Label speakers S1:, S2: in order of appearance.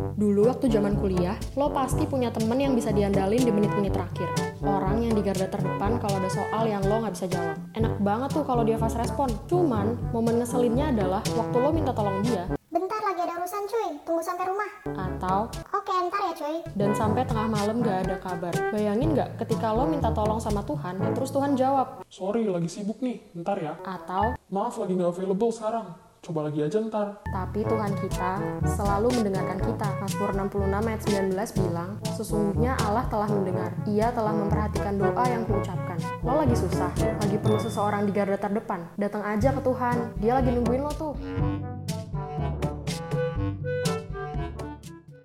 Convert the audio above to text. S1: Dulu waktu zaman kuliah, lo pasti punya temen yang bisa diandalin di menit-menit terakhir. Orang yang di garda terdepan kalau ada soal yang lo nggak bisa jawab. Enak banget tuh kalau dia fast respon. Cuman, momen ngeselinnya adalah waktu lo minta tolong dia,
S2: Bentar lagi ada urusan cuy, tunggu sampai rumah.
S1: atau
S2: Oke, ntar ya cuy.
S1: dan sampai tengah malam gak ada kabar. Bayangin nggak ketika lo minta tolong sama Tuhan, terus Tuhan jawab,
S3: Sorry, lagi sibuk nih. Ntar ya.
S1: atau
S3: Maaf, lagi nggak available sekarang. Coba lagi aja ntar.
S1: Tapi Tuhan kita selalu mendengarkan kita. Mazmur 66 ayat 19 bilang, Sesungguhnya Allah telah mendengar. Ia telah memperhatikan doa yang kuucapkan. Lo lagi susah, lagi perlu seseorang di garda terdepan. Datang aja ke Tuhan, dia lagi nungguin lo tuh.